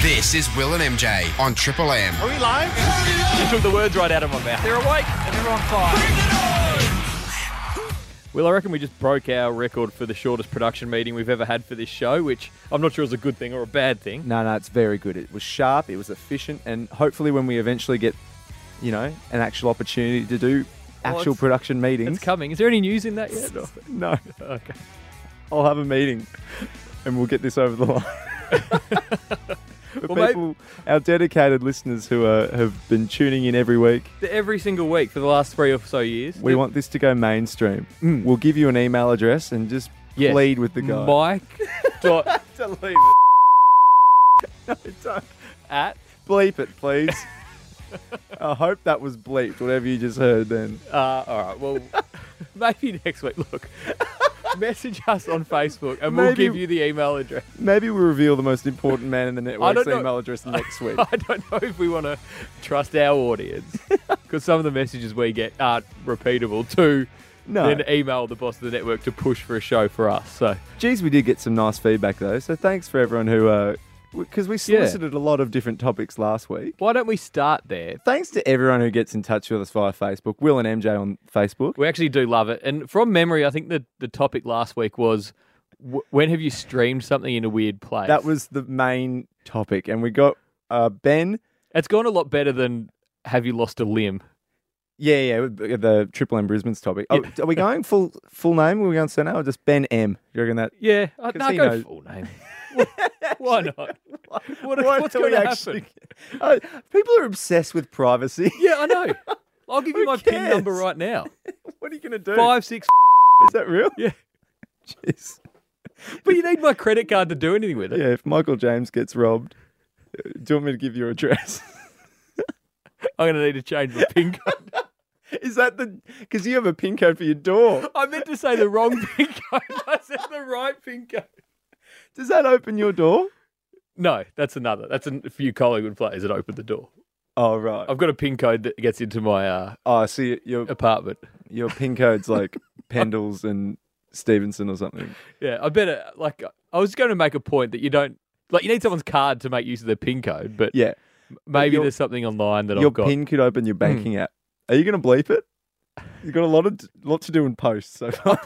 This is Will and MJ on Triple M. Are we live? You took the words right out of my mouth. They're awake and they're on fire. Well, I reckon we just broke our record for the shortest production meeting we've ever had for this show, which I'm not sure is a good thing or a bad thing. No, no, it's very good. It was sharp, it was efficient, and hopefully, when we eventually get, you know, an actual opportunity to do Well, actual Oh, it's- production meetings, It's coming. Is there any news in that yet? no, Okay. I'll have a meeting, and we'll get this over the line. For Well, maybe- people, our dedicated listeners who are, have been tuning in every week, Every single week for the last three or so years. we want this to go mainstream. We'll give you an email address and just Mm. Yes. plead with the guy. Mike dot Delete it. no, don't. at Bleep it, please. I hope that was bleeped, whatever you just heard then. Uh, all right. Well, maybe next week. Look, message us on Facebook, and we'll Maybe- give you the email address. Maybe we'll reveal the most important man in the network's don't know. email address next week. I don't know if we want to trust our audience because some of the messages we get aren't repeatable. To No. then email the boss of the network to push for a show for us. So Geez, we did get some nice feedback though, so thanks for everyone who, uh, because we solicited a lot of different topics last week. why don't we start there? Thanks to everyone who gets in touch with us via Facebook. Will and MJ on Facebook. We actually do love it. And from memory, I think the the topic last week was. "Wh- When have you streamed something in a weird place? That was the main topic, and we got uh, Ben. It's gone a lot better than have you lost a limb? Yeah, yeah, the Triple M Brisbane's topic. Oh, are we going full full name? Are we going surname or just Ben M? You reckon that Yeah, I, no, he go knows- full name. Why not? What, Why what's do we going to actually- happen? Oh, people are obsessed with privacy. Yeah, I know. I'll give you Who my pin cares? number right now. what are you going to do? Five six. Is that real? Yeah, Jeez. but you need my credit card to do anything with it. Yeah, if Michael James gets robbed, uh, do you want me to give your address? I'm gonna need to change my pin code. Is that the. Because you have a pin code for your door. I meant to say the wrong pin code. I said the right pin code. Does that open your door? No, that's another. That's a few Collingwood players that opened the door. Oh, right. I've got a pin code that gets into my uh, Oh, so your, your, apartment. your pin code's like Pendles and Stevenson or something. Yeah, I better like. I was going to make a point that you don't like. You need someone's card to make use of their pin code, but Yeah. maybe your- there's something online that your I've got. Hmm. pin could open your banking app. Are you going to bleep it? You've got a lot of lot to do in post so far.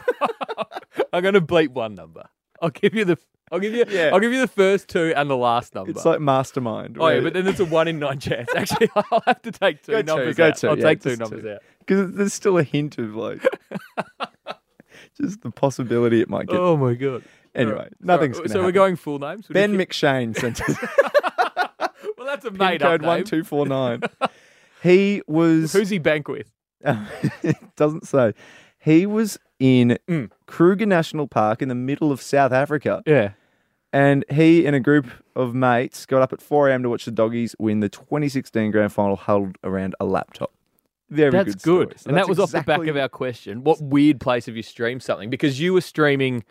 I'm gonna bleep one number. I'll give you the. I'll give you. Yeah. I'll give you the first two and the last number. It's like mastermind. oh yeah, where- but then it's a one in nine chance. Actually, I'll have to take two Go two, numbers go out. two, I'll yeah, take two just numbers two. out. Because there's still a hint of like just the possibility it might get. Oh my god. anyway, Alright. nothing's Alright, going to So we're going full names. Would Ben you- McShane sent us Well, that's a pin made up code name. one two four nine. He was Who's he bank with? it doesn't say. He was in Mm. Kruger National Park in the middle of South Africa, Yeah. and he and a group of mates got up at four a.m. to watch the doggies win the 2016 Grand Final held around a laptop. Very That's good. good. story. So and that's that was off the exactly- back of our question. What weird place have you streamed something? Because you were streaming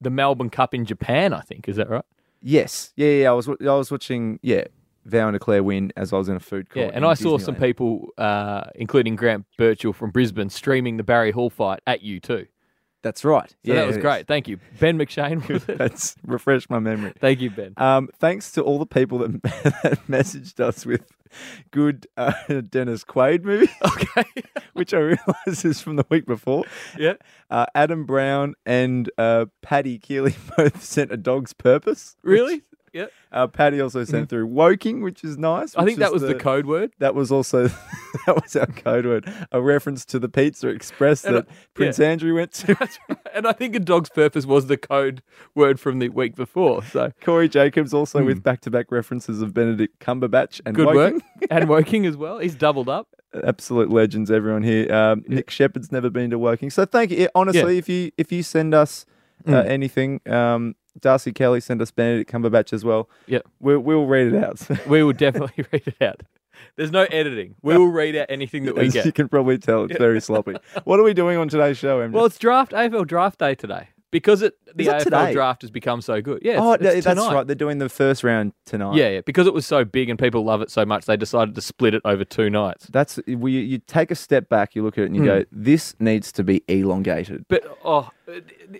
the Melbourne Cup in Japan, I think. Is that right? Yes. Yeah, yeah. I was wa- I was watching yeah, Val and Claire win as I was in a food court. Yeah, and in I saw some Disneyland. people, uh, including Grant Birchall from Brisbane, streaming the Barry Hall fight at you too. That's right. So that was great. Thank you, Ben McShane. was it? That's refreshed my memory. Thank you, Ben. Um, thanks to all the people that, that messaged us with good uh, Dennis Quaid movie, Okay. which I realise is from the week before. yeah. Uh, Adam Brown and uh, Paddy Keeley both sent A Dog's Purpose. which, Really? Yeah. uh, Paddy also sent through Woking, which is nice. I which think that is was the, code word. That was also that was our code word, a reference to the Pizza Express And, uh, that Prince Andrew went to. and I think a dog's purpose was the code word from the week before. So Corey Jacobs also with back-to-back references of Benedict Cumberbatch and Hmm. good Woking. work. and working as well. He's doubled up. Absolute legends, everyone here. Um, Nick Shepard's never been to Woking, so thank you. Yeah, Honestly, if you if you send us uh, Hmm. anything, um, Darcy Kelly sent us Benedict Cumberbatch as well. Yep. we we'll read it out. We will definitely read it out. There's no editing. We will read out anything that we As you get. can probably tell, it's very sloppy. What are we doing on today's show, MJ? Well, it's draft AFL draft day today because it the Is it AFL today? draft has become so good. Yeah. oh, it's- no, it's that's tonight. right. They're doing the first round tonight. Yeah, yeah, because it was so big and people love it so much, they decided to split it over two nights. That's we. You take a step back, you look at it, and you Hmm. go, "This needs to be elongated." But oh,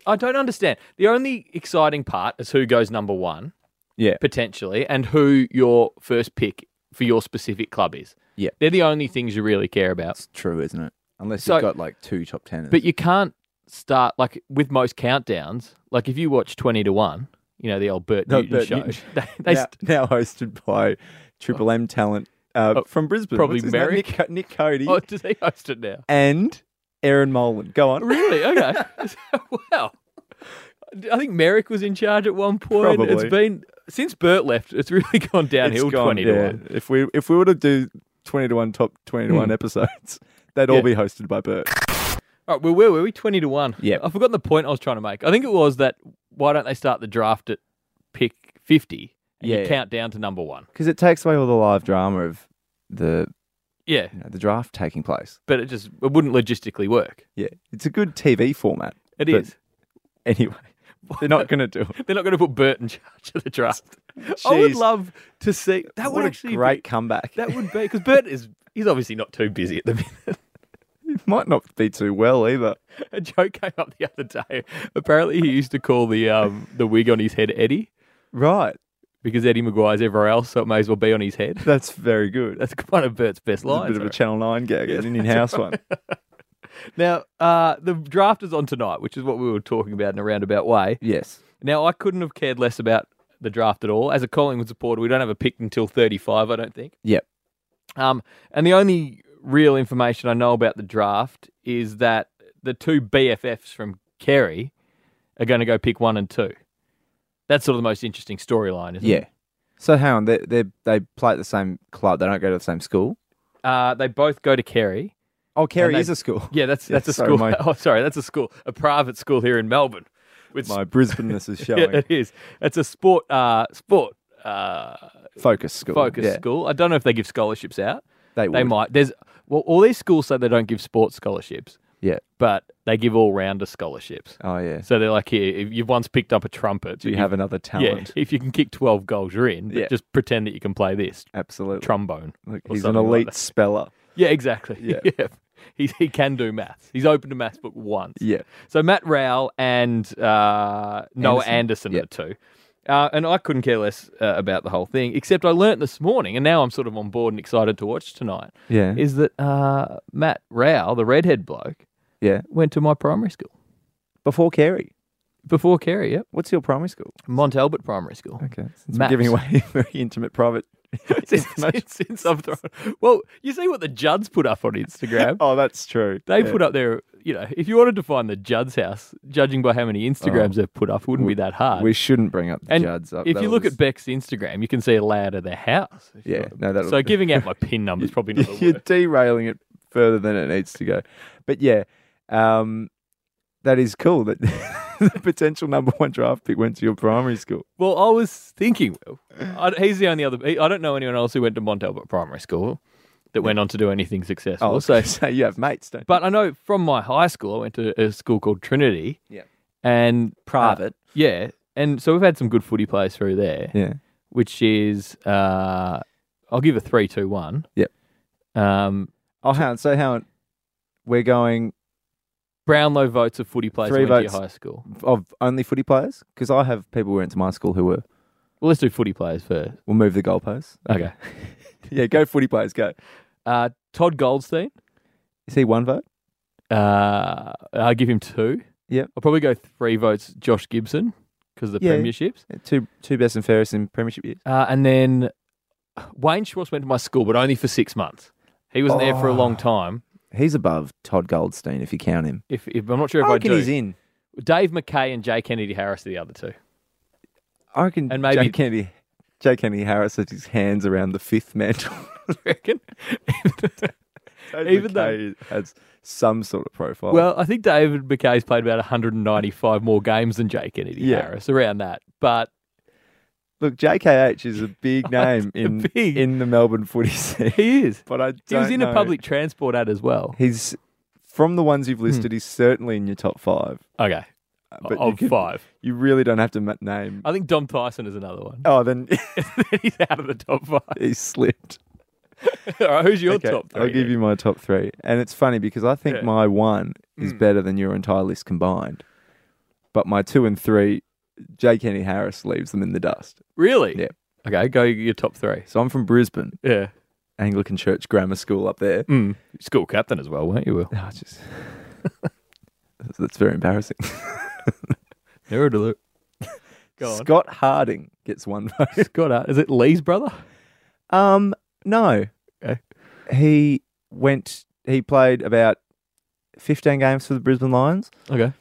I don't understand. The only exciting part is who goes number one. Yeah. potentially, and who your first pick for your specific club is. Yeah. They're the only things you really care about. It's true, isn't it? Unless So- you've got like two top teners. But you can't start like with most countdowns. Like if you watch twenty to one, you know the old Bert No, Newton Bert show. Newton. They, they now, st- now hosted by Triple M talent uh, Oh, from Brisbane. probably What's his name? Merrick. Nick, Co- Nick Cody oh, do they host it now? and Aaron Molan. Go on. Really? Okay. wow. I think Merrick was in charge at one point. Probably. It's been since Bert left. It's really gone downhill. It's gone, Twenty to yeah. one. Hmm. If we if we were to do twenty to one top twenty to one episodes, they'd Yeah. all be hosted by Bert. All right, well, where were we? 20 to 1. Yep. I've forgotten the point I was trying to make. I think it was that why don't they start the draft at pick 50 and you Yeah. count down to number one? Because it takes away all the live drama of the Yeah, you know, the draft taking place. but it just it wouldn't logistically work. Yeah, it's a good TV format. It But- is. Anyway, they're not going to do it. They're not going to put Bert in charge of the draft. I would Jeez. love to see. That what would a actually great be, comeback. That would be, because Bert is, he's obviously not too busy at the minute. It might not be too well either. A joke came up the other day. Apparently, he used to call the um, the wig on his head Eddie Right, because Eddie McGuire's everywhere else, so it may as well be on his head. that's very good. That's That's one of Bert's best a lines. bit of I a Channel Nine gag, an in-house one. Now, uh, the draft is on tonight, which is what we were talking about in a roundabout way. Yes. Now, I couldn't have cared less about the draft at all. As a Collingwood supporter, we don't have a pick until 35, I don't think. Yep. Um, and the only real information I know about the draft is that the two BFFs from Kerry are going to go pick one and two. That's sort of the most interesting storyline, Hmm. isn't Yeah. it? So hang on, they they they play at the same club. They don't go to the same school. Uh, they both go to Kerry. Oh, Kerry they- is a school. Yeah, that's Yeah, that's a sorry, school. my- oh, sorry, that's a school, a private school here in Melbourne. With My Brisbaneness is Yeah, showing. it is. It's a sport uh, sport uh, Focus school. focused Yeah, school. I don't know if they give scholarships out. They, They would. might. There's well, all these schools say they don't give sports scholarships, Yeah. but they give all rounder scholarships. Oh yeah. So they're like, here, if you've once picked up a trumpet, Do you if- have another yeah, talent? if you can kick twelve goals, you're in. But Yeah. just pretend that you can play this Absolutely. trombone. Look, or he's an something like elite that. speller. Yeah, exactly. Yeah. He, he can do maths. He's opened a maths book once. Yeah. So Matt Rowell and uh, Noah Anderson, Anderson. are the two. Uh, and I couldn't care less uh, about the whole thing, except I learnt this morning, and now I'm sort of on board and excited to watch tonight, Yeah. is that uh, Matt Rowell, the redhead bloke, yeah. went to my primary school Before Kerry. before Kerry, yep. What's your primary school? Mont Albert Primary School. Okay. Since we're Maps. giving away very intimate private. since, since, since I've thrown. Well, you see what the Judds put up on Instagram. Oh, that's true. They put up their, you know, if you wanted to find the Judd's house, judging by how many Instagrams they've put up, it wouldn't be that hard. We shouldn't bring up the and Judds. Up. if That you look was- at Beck's Instagram, you can see a layout of their house. if you yeah, want. no, that'll So giving out my pin number is probably not the you're word. derailing it further than it needs to go. But yeah, um, that is cool that the potential number one draft pick went to your primary school. Well, I was thinking, Will, I, he's the only other. he- I don't know anyone else who went to Mont Albert Primary School that went on to do anything successful. Oh, so, so, so you have mates, don't but I know from my high school, I went to a school called Trinity. Yeah. And uh, Private. yeah, and so we've had some good footy players through there. Yeah. which is uh, I'll give a three, two, one. Yep. Um, Oh, hang on. So hang on. We're going Brownlow votes of footy players Three who went to your votes. high school. of only footy players because I have people who went to my school who were. Well, let's do footy players first. We'll move the goalposts. Okay. yeah, go footy players. Go. Uh, Todd Goldstein. Is he one vote? Uh, I'll give him two. Yep. I'll probably go three votes. Josh Gibson because of the Yeah. premierships. Two two best and fairest in premiership years. Uh, and then Wayne Schwartz went to my school, but only for six months. He wasn't there for a long Oh. time. He's above Todd Goldstein if you count him. If, if I'm not sure if I, reckon do. he's in. Dave McKay and Jay Kennedy Harris are the other two. I reckon And maybe- Jay Kennedy, Jay Kennedy Harris has his hands around the fifth mantle. I reckon. Even Even though- though he has some sort of profile. Well, I think David McKay's played about 195 more games than Jake Kennedy Yeah. Harris, around that. But look, JKH is a Oh, big name in big- in the Melbourne footy scene, he is. but I He was don't in a know. public transport ad as well. He's from the ones you've listed. He's certainly in your top five, Okay, uh, but but of you, can- five. you really don't have to ma- name. I think Dom Tyson is another one. Oh, then He's out of the top five. he slipped. All right, who's your Okay, top 3 I'll give you my top three, and it's funny because I think Yeah. Hmm. my one is better than your entire list combined, but my two and three Jake Henry Harris leaves them in the dust. Really? Yeah. Okay, go your top three. So I'm from Brisbane, Yeah. Anglican Church Grammar School up there. Mm. School captain as well, weren't you, Will? Oh, just, that's, that's very embarrassing. Never alert. Go on. Scott Harding gets one vote. Scott, uh, is it Lee's brother? Um, no. Okay. He went. He played about 15 games for the Brisbane Lions, Okay.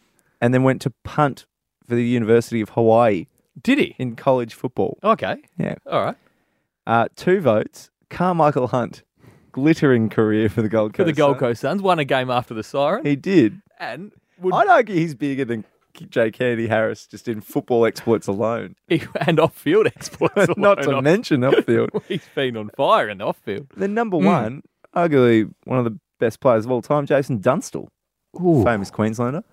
and then went to punt for the University of Hawaii Did he? in college football. Okay. Yeah. All right. Uh, two votes. Carmichael Hunt, glittering career for the Gold For Coast. the Gold huh? Coast Suns, won a game after the siren, He did. and would, I'd argue he's bigger than Jake Kennedy Harris just in football exploits alone. and off field exploits. Not to alone. mention upfield. He's been on fire in the off field. then number Hmm. one, arguably one of the best players of all time, Jason Dunstall, famous Queenslander.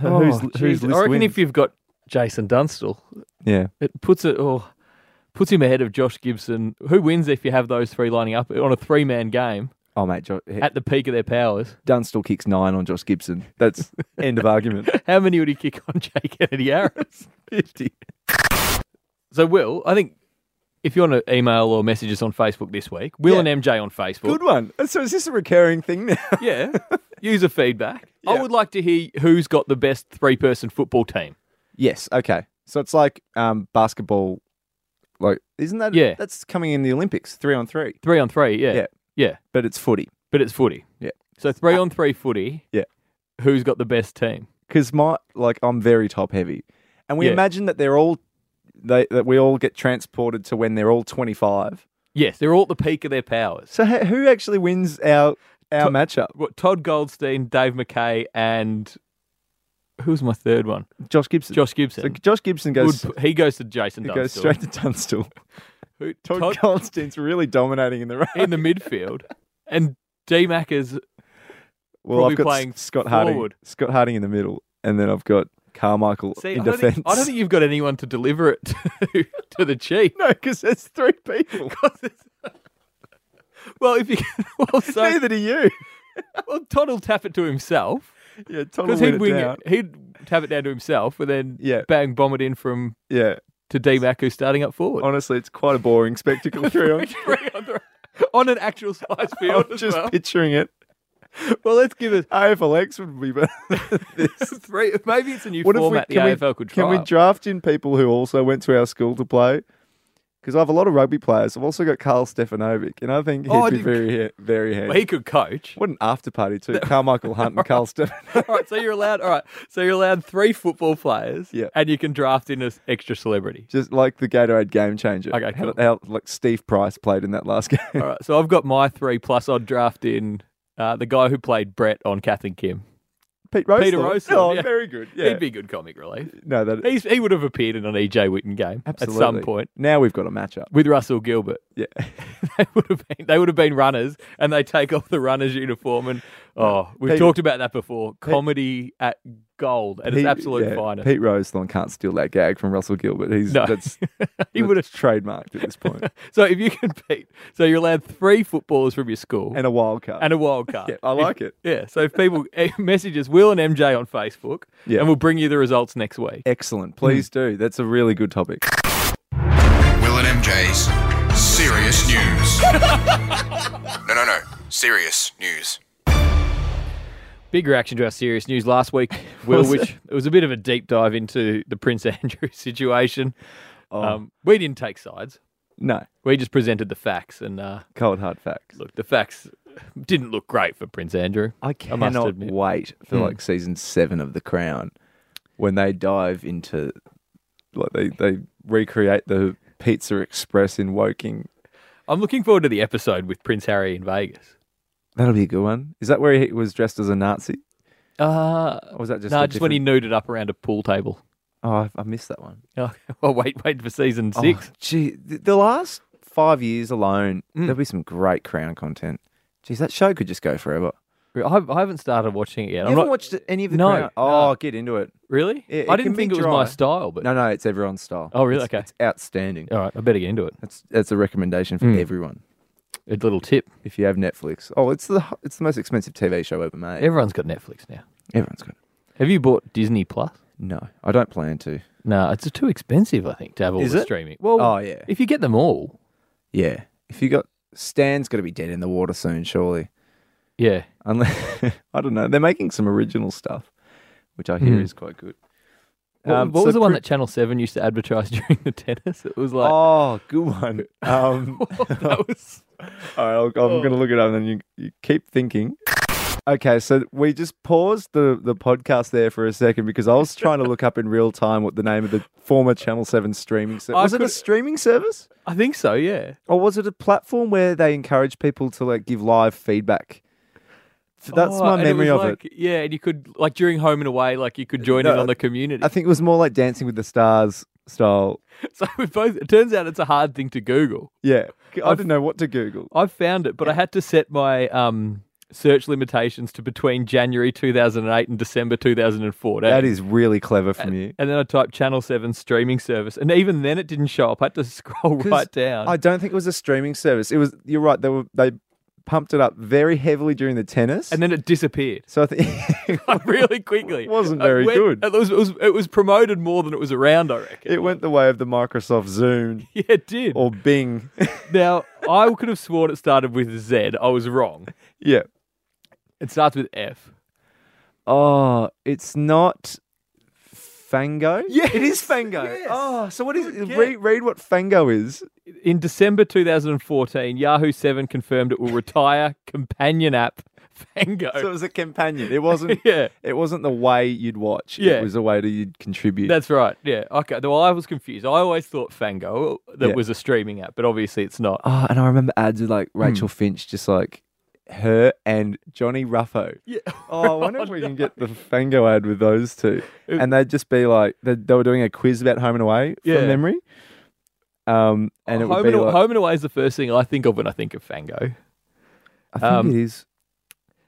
Who- who's, who's Oh, I Liz reckon Wynn? if you've got Jason Dunstall, yeah. it puts it oh, puts him ahead of Josh Gibson. Who wins if you have those three lining up on a three man game Oh mate, jo- he- at the peak of their powers? Dunstall kicks nine on Josh Gibson. That's end of argument. How many would he kick on Jake Kennedy Harris? Fifty. So, Will, I think if you want to email or message us on Facebook this week, Will and MJ on Facebook. Good one. So is this a recurring thing now? Yeah. User feedback. I would like to hear who's got the best three person football team. yes. Okay. So it's like um, basketball. Like, isn't that? Yeah. That's coming in the Olympics, three on three, Three on three, yeah. Ah. Yeah. Yeah. but it's footy. But it's footy. Yeah. So three on three footy. Yeah. Who's got the best team? because my like I'm very top heavy, and we Yeah. imagine that they're all they that we all get transported to when they're all 25. Yes, they're all at the peak of their powers. So h- who actually wins our our To- matchup? What Todd Goldstein, Dave McKay, and who's my third one? Josh Gibson. Josh Gibson. so Josh Gibson goes Would- he goes to Jason he Dunstall. goes straight to Dunstall. Who- Todd, Todd Goldstein's really dominating in the run. in the midfield. And D Mac is Well, probably I've got S- playing Scott forward. Harding. Scott Harding in the middle, and then I've got Carmichael See, in I, don't defence. think, I don't think you've got anyone to deliver it to, to the Chiefs. no, because there's three people. Well, if you can, well, so, Neither do you. well, Todd will tap it to himself Yeah, Tom will because win he'd it wing down. it. He'd tap it down to himself and then Yeah. bang bomb it in from Yeah, to D Mac who's starting up forward honestly, it's quite a boring spectacle. Three on. Three on the- on an actual size field I'm as just well. picturing it. well, let's give it AFLX would be better. than this. three. Maybe it's a new What if we- format can we- the AFL could try. Can we draft in people who also went to our school to play? Because I have a lot of rugby players. I've also got Carl Stefanovic, and I think he'd Oh, I be didn't- very, ha- very handy. Well, he could coach. What an after party too. Carmichael Hunt and Carl Stefanovic. All right, so you're allowed. All right, so you're allowed three football players, Yeah. and you can draft in an extra celebrity. Just like the Gatorade game changer. Okay, How- cool. how, like Steve Price played in that last game. All right, so I've got my three plus. I'd draft in uh, the guy who played Brett on Kath and Kim. Pete Rose. Peter Roseland, Oh, yeah. very good. Yeah. He'd be good comic relief. no, that He's, he would have appeared in an EJ Witten game at some absolutely. point Now we've got a matchup. with Russell Gilbert. Yeah. they would have been they would have been runners, and they take off the runners uniform. And oh, we've Pete- talked about that before. Comedy at gold, and it's absolute yeah, finest. Pete Rosethorn can't steal that gag from Russell Gilbert. He's No. that's he would have. that's trademarked at this point. So if you can beat, so you're allowed three footballers from your school and, and a wild card. a wild card. yeah, I like it. Yeah, so if people eh, message us, Will and MJ on Facebook, Yeah. and we'll bring you the results next week. Excellent. Please do. That's a really good topic. Will and MJ's Serious News. no, no, no. Serious News. Big reaction to our serious news last week, Will, Was it? which it was a bit of a deep dive into the Prince Andrew situation. Oh. Um, we didn't take sides. No, We just presented the facts, and uh, cold hard facts. look, the facts didn't look great for Prince Andrew. I must cannot admit. Hmm. wait for like season seven of The Crown when they dive into like they, they recreate the Pizza Express in Woking. I'm looking forward to the episode with Prince Harry in Vegas. That'll be a good one. Is that where he was dressed as a Nazi? Uh, Or was that just no, a just when he different- nuded up around a pool table. Oh, I, I missed that one. Oh, well, wait, wait for season six. Oh, gee, the, the last five years alone, there'll be some great Crown content. Geez, that show could just go forever. I, hav- I haven't started watching it yet. You I'm haven't not watched any of the No, Crown? Oh, get into it. really. Yeah, I it didn't can be think it was my dry. style, but No, no, it's everyone's style. Oh, really? It's- Okay. It's outstanding. all right, I better get into it. That's that's a recommendation for everyone. A little tip: If you have Netflix, oh, it's the it's the most expensive TV show ever made. everyone's got Netflix now. Everyone's got it. Have you bought Disney Plus? No, I don't plan to. No, it's too expensive, I think, to have all Is the it? streaming. Well, Oh, yeah. if you get them all, Yeah. If you got Stan's got to be dead in the water soon, surely. yeah. Unless I don't know. They're making some original stuff, which I hear is quite good. Hmm. What, Um, what so was the one pre- that Channel 7 used to advertise during the tennis? It was like, Oh, good one. Um, that was. All right, I'll, I'm Oh. going to look it up, and then you, you keep thinking. Okay, so we just paused the, the podcast there for a second because I was trying to look up in real time what the name of the former Channel 7 streaming service I was. it a could- streaming service? I think so, yeah. Or was it a platform where they encourage people to like give live feedback? So that's Oh, my and memory was of like, Yeah, and you could, like during Home and Away, like you could join in No, on the community. it. I think it was more like Dancing with the Stars style. so we both, it turns out it's a hard thing to Google. Yeah. I didn't know what to Google. I found it, but I had to set my um, search limitations to between January 2008 and December 2014. That is really clever from you. And then I typed Channel 7 streaming service, and even then it didn't show up. I had to scroll 'Cause right down. I don't think it was a streaming service. It was. You're right. They were. They pumped it up very heavily during the tennis. and then it disappeared so I think like, really quickly. wasn't Like, very when- good. It was, it, was, it was promoted more than it was around, I reckon. it went the way of the Microsoft Zoom Yeah, it did. or Bing. Now, I could have sworn it started with Z. I was wrong. yeah. It starts with F. Oh, it's not Fango. Yes. it is Fango. Yes. Oh, so what is? Good Read, read what Fango is. In December 2014, Yahoo 7 confirmed it will retire companion app Fango. So it was a companion. It wasn't. yeah, It wasn't the way you'd watch. Yeah. It was a way that you'd contribute. that's right. Yeah. Okay. Well, I was confused. I always thought Fango that Yeah. was a streaming app, but obviously it's not. Oh, and I remember ads with like Rachel Finch, just like her and Johnny Ruffo. Yeah. Oh, I wonder if we can get the Fango ad with those two. And they'd just be like, they, they were doing a quiz about Home and Away from Yeah. memory. Um, and it would Home, be and, like, Home and Away is the first thing I think of when I think of Fango. I think um, it is.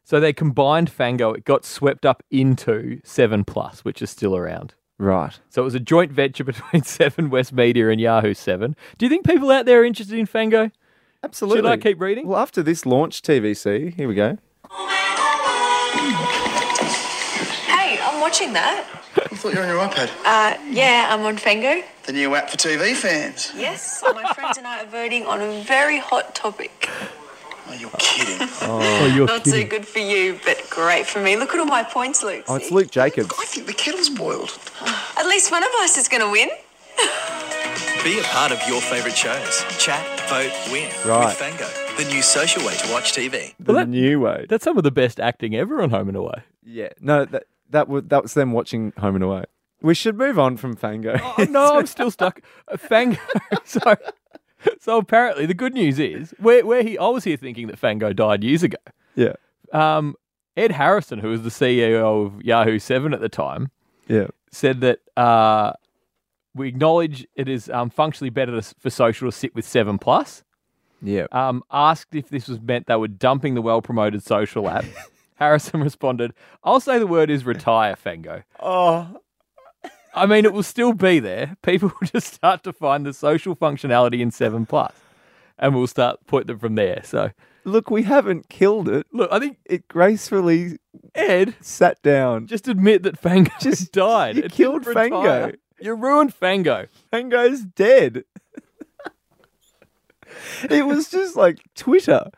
So they combined Fango. It got swept up into 7 Plus, which is still around. Right. So it was a joint venture between Seven West Media and Yahoo Seven. Do you think people out there are interested in Fango? Absolutely. Should I keep reading? Well, after this launch TVC, here we go. Hey, I'm watching that. I thought you were on your iPad. Uh, yeah, I'm on Fango. The new app for TV fans. Yes, my friends and I are voting on a very hot topic. Oh, you're kidding. Oh, you're Not so good for you, but great for me. Look at all my points, Luke. Oh, it's See? Luke Jacobs. I think the kettle's boiled. At least one of us is going to win. Be a part of your favourite shows. Chat, vote, win. Right. With Fango, the new social way to watch TV. The that- new way. That's some of the best acting ever on Home and Away. yeah. No, that, that, was, that was them watching Home and Away. We should move on from Fango. Oh, no, I'm still stuck. Uh, Fango. so, so apparently, the good news is where where he I was here thinking that Fango died years ago. yeah. Um, Ed Harrison, who was the CEO of Yahoo Seven at the time, Yeah. said that uh, we acknowledge it is um, functionally better to, s- for social to sit with Seven Plus. Yeah. um, asked if this was meant they were dumping the well promoted social app. Harrison responded, I'll say the word is retire, Fango. Oh, I mean, it will still be there. People will just start to find the social functionality in 7 Plus, and we'll start put them from there. So, look, we haven't killed it. look, I think It gracefully Ed, sat down. just admit that Fango just Just- died. you It didn't killed retire. Fango. You ruined Fango. Fango's dead. it was just like Twitter.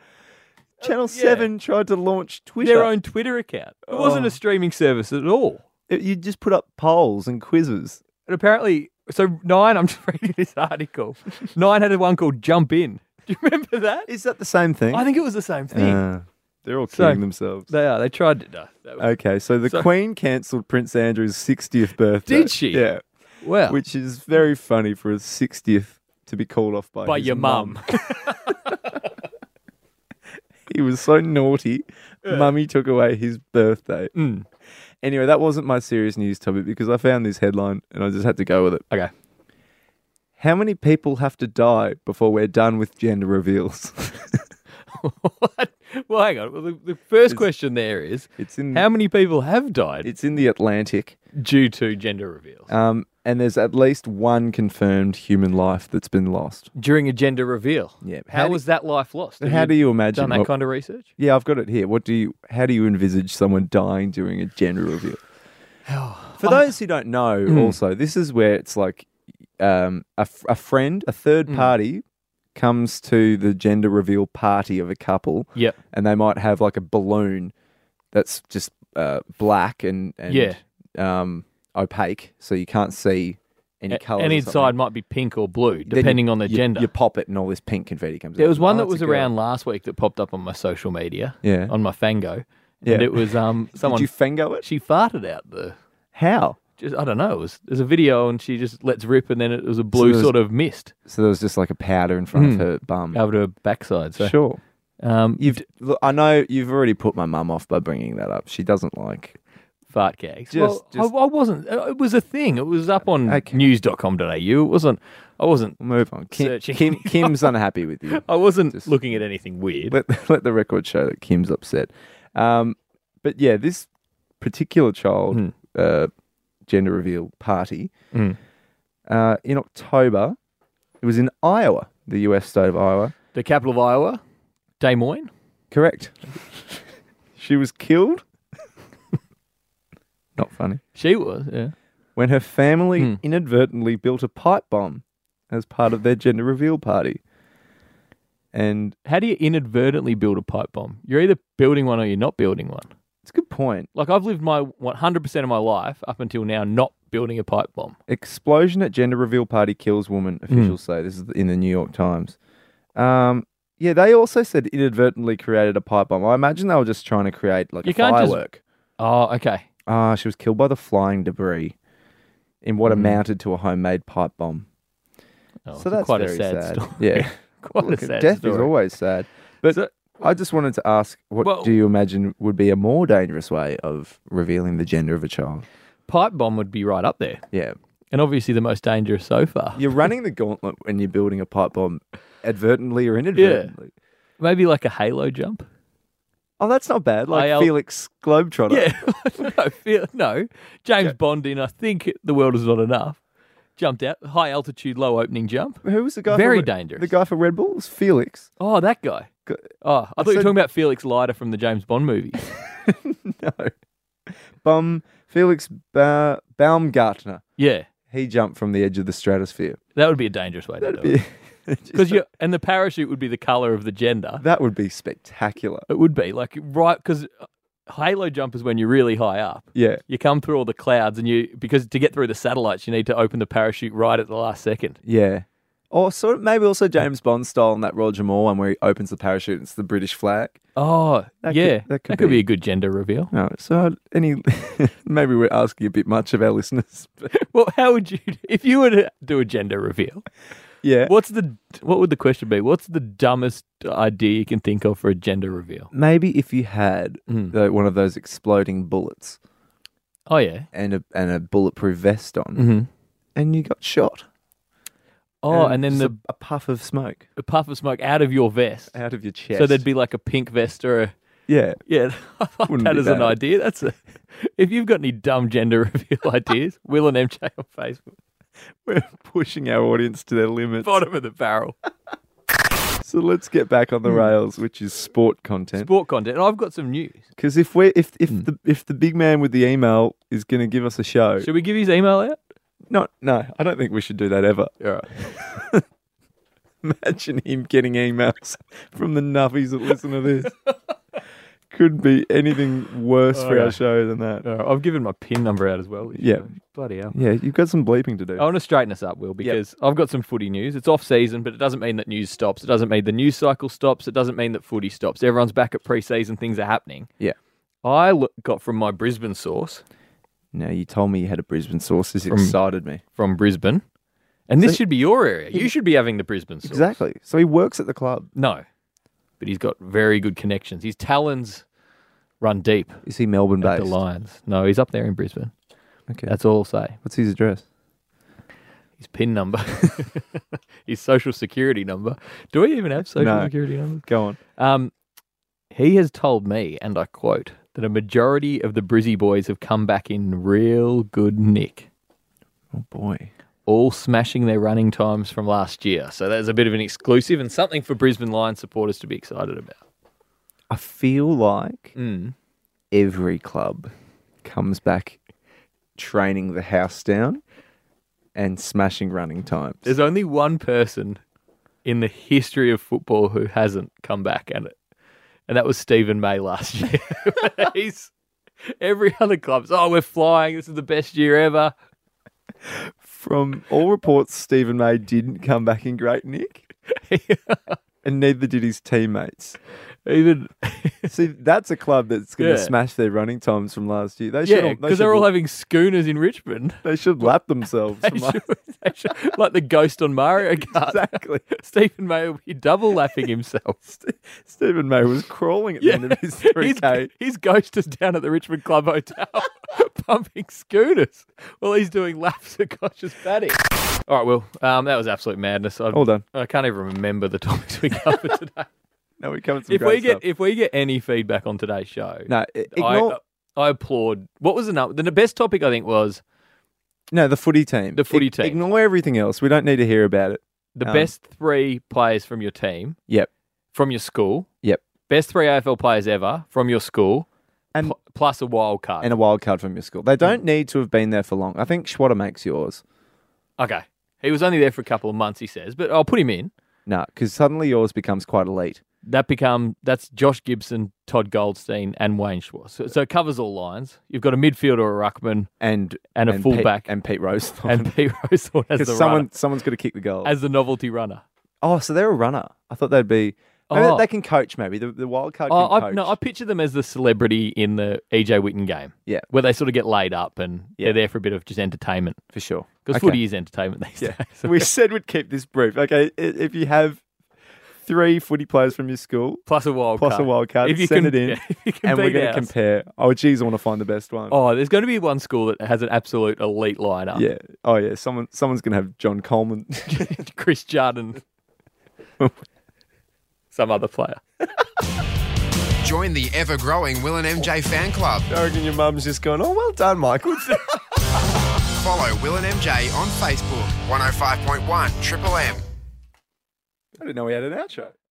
Channel Oh, yeah. 7 tried to launch Twitter. Their own Twitter account. It wasn't Oh. a streaming service at all. It- you just put up polls and quizzes. And apparently, so Nine, I'm just reading this article. Nine had one called Jump In. Do you remember that? Is that the same thing? I think it was the same thing. Uh, they're all So- kidding themselves. they are. They tried to. No, that was- Okay, so the So- Queen cancelled Prince Andrew's 60th birthday. Did she? Yeah. well, Which is very funny for a 60th to be called off by by his your mum. He was so naughty. Mummy took away his birthday. Mm. Anyway, that wasn't my serious news topic because I found this headline and I just had to go with it. Okay. How many people have to die before we're done with gender reveals? What? Well, hang on. Well, the, the first question there is it's in how many people have died it's in the Atlantic, due to gender reveals? um, and there's at least one confirmed human life that's been lost. During a gender reveal. Yeah, but How, how do- was that life lost? Have How do you imagine? done that what- kind of research? yeah, I've got it here. What do you? How do you envisage someone dying during a gender reveal? For those who don't know, Hmm. also this is where it's like um, a, f- a friend, a third Hmm. party, comes to the gender reveal party of a couple, Yep. and they might have like a balloon that's just uh, black and, and Yeah. um, opaque, so you can't see any A- color. and inside might be pink or blue, depending on the gender. you pop it, and all this pink confetti comes. out. There was one Oh, that it's a was girl. around last week that popped up on my social media. Yeah. On my Fango. Yeah. And it was um someone Did you fango it? she farted out the How? just I don't know, it was there's a video and she just lets rip and then it was a blue there's- sort of mist So there was just like a powder in front of her bum. over to her backside. So Hmm. Sure. um You've look, I know you've already put my mum off by bringing that up. She doesn't like. fart gags. Just- well, just- I, I wasn't uh, it was a thing. It was up on Okay. news.com.au. It wasn't I wasn't We'll move on. Kim, Searching. Kim Kim's unhappy with you. I wasn't Just- looking at anything weird. Let let the record show that Kim's upset. Um, but yeah, this particular child uh, gender reveal party Mm. uh, in October. It was in Iowa, the U.S. state of Iowa. the capital of Iowa, Des Moines. Correct. she was killed. Not funny. She was, yeah. when her family Hmm. inadvertently built a pipe bomb as part of their gender reveal party. And How do you inadvertently build a pipe bomb? You're either building one or you're not building one. it's a good point. Like I've lived my 100% of my life up until now not building a pipe bomb. Explosion at gender reveal party kills woman, Hmm. officials say. This is in the New York Times. Um, yeah, they also said inadvertently created a pipe bomb. I imagine they were just trying to create like You a can't just- firework. Oh, okay. Ah, she was killed by the flying debris in Hmm. what amounted to a homemade pipe bomb. Oh, so that's quite very a sad, story. Yeah. quite Look, a sad death story. is always sad. But So- I just wanted to ask, what Well- do you imagine would be a more dangerous way of revealing the gender of a child? pipe bomb would be right up there, Yeah, and obviously the most dangerous so far. you're running the gauntlet when you're building a pipe bomb, advertently or inadvertently. Maybe like a halo jump. Oh, that's not bad. Like IL Felix Globetrotter. Yeah, no, feel, no. James Bond in I think the world is not enough. Jumped out high altitude, low opening jump. Who was the guy? Very for, Re- dangerous. The guy for Red Bull was Felix. Oh, that guy. Go- Oh, I thought you were said- talking about Felix Leiter from the James Bond movie. No, bum Felix ba- Baumgartner. yeah, He jumped from the edge of the stratosphere. that would be a dangerous way to do it. Because you and the parachute would be the color of the gender. that would be spectacular. It would be like right because halo jump is when you're really high up. Yeah. You come through all the clouds and you because to get through the satellites you need to open the parachute right at the last second. Yeah. Or sort of maybe also James Bond style in that Roger Moore one where he opens the parachute and it's the British flag. Oh, That yeah. could- that could be. be. a good gender reveal. No, so any maybe we're asking a bit much of our listeners. But Well, how would you if you were to do a gender reveal? yeah. What's the what would the question be? What's the dumbest idea you can think of for a gender reveal? Maybe if you had Mm. the, one of those exploding bullets Oh yeah. and a and a bulletproof vest on Mhm. and you got shot. Oh, and, then just the a, a puff of smoke a puff of smoke out of your vest. out of your chest. So there'd be like a pink vest or a Yeah. Yeah, I like Wouldn't that be as an bad. idea. That's a, if you've got any dumb gender reveal ideas, Will and MJ on Facebook, We're pushing our audience to their limits. bottom of the barrel. So let's get back on the rails, which is sport content. Sport content. And I've got some news. Because if we if if the if the big man with the email is going to give us a show, Should we give his email out? no, no, I don't think we should do that ever. All right. Imagine him getting emails from the nuffies that listen to this. Oh, Could be anything worse for our Okay. show than that. All right. I've given my pin number out as well. which, Yeah. uh, Bloody hell. Yeah, you've got some bleeping to do. I want to straighten us up, Will, because I've got some footy news. It's off season, but it doesn't mean that news stops. It doesn't mean the news cycle stops. It doesn't mean that footy stops. Everyone's back at pre season. Things are happening. Yeah. I lo- got from my Brisbane source No, you told me you had a Brisbane source. This From- excited me. from Brisbane, and this So- should be your area. You should be having the Brisbane source. Exactly. So he works at the club. No, but he's got very good connections. His talons run deep Is he Melbourne at based? the Lions. No, he's up there in Brisbane. Okay. That's all I'll say. What's his address? His PIN number, his social security number. Do we even have social No. security numbers? Go on. Um, he has told me, and I quote, that a majority of the Brizzy boys have come back in real good nick, Oh boy. all smashing their running times from last year. So that's a bit of an exclusive and something for Brisbane Lions supporters to be excited about. I feel like Mm. every club comes back training the house down and smashing running times. There's only one person in the history of football who hasn't come back at it, and that was Stephen May last year. He's every other club's. Oh, we're flying! This is the best year ever. From all reports, Stephen May didn't come back in great nick, and neither did his teammates. Even See, that's a club that's going to Yeah. smash their running times from last year. They should, yeah, all- they because should they're all l- having schooners in Richmond. they should lap themselves. They from last- should- they should- like the ghost on Mario Kart. exactly. Stephen May will be double lapping himself. Stephen May was crawling at the end of his His, 3K. his ghost is down at the Richmond Club Hotel pumping scooters while he's doing laps across his paddock. All right, Will, um, that was absolute madness. I, All done. I can't even remember the topics we covered today. No, we covered some if great we get stuff. if we get any feedback on today's show, No, i- ignore, I, I applaud. What was the number? The best topic I think was no, the footy team. the footy Ig- team. Ignore everything else. We don't need to hear about it. the Um, best three players from your team. Yep. From your school. Yep. Best three AFL players ever from your school. And- pl- plus a wild card. And a wild card from your school. They Mm. don't need to have been there for long. I think Schwatter makes yours. okay. He was only there for a couple of months, he says, but I'll put him in. No, because suddenly yours becomes quite elite. That become that's Josh Gibson, Todd Goldstein, and Wayne Schwartz. So, so it covers all lines. You've got a midfielder, a ruckman, And And a Pete- fullback. and Pete Rose. and Pete Rosethorn as the because someone runner, someone's got to kick the goal. as the novelty runner. oh, so they're a runner. I thought they'd be. Maybe Oh. They can coach. Maybe the, the wild card. Oh, can I, coach. no, I picture them as the celebrity in the EJ Witten game. Yeah. where they sort of get laid up and Yeah. they're there for a bit of just entertainment. for sure. Because Okay. footy is entertainment these days. we said we'd keep this brief. Okay, i- if you have three footy players from your school, plus a wild plus card. a wild card, If you send can- it in, yeah, if you can and we're beat going to ours. compare. Oh, geez, I want to find the best one. Oh, there's going to be one school that has an absolute elite lineup. yeah. Oh, yeah. Someone, someone's going to have John Coleman. Chris Jardin, some other player. Join the ever growing Will and MJ fan club. I reckon your mum's just going, "Oh, well done, Michael." Follow Will and MJ oh on Facebook 105.1 Triple M. I didn't know we had an outro.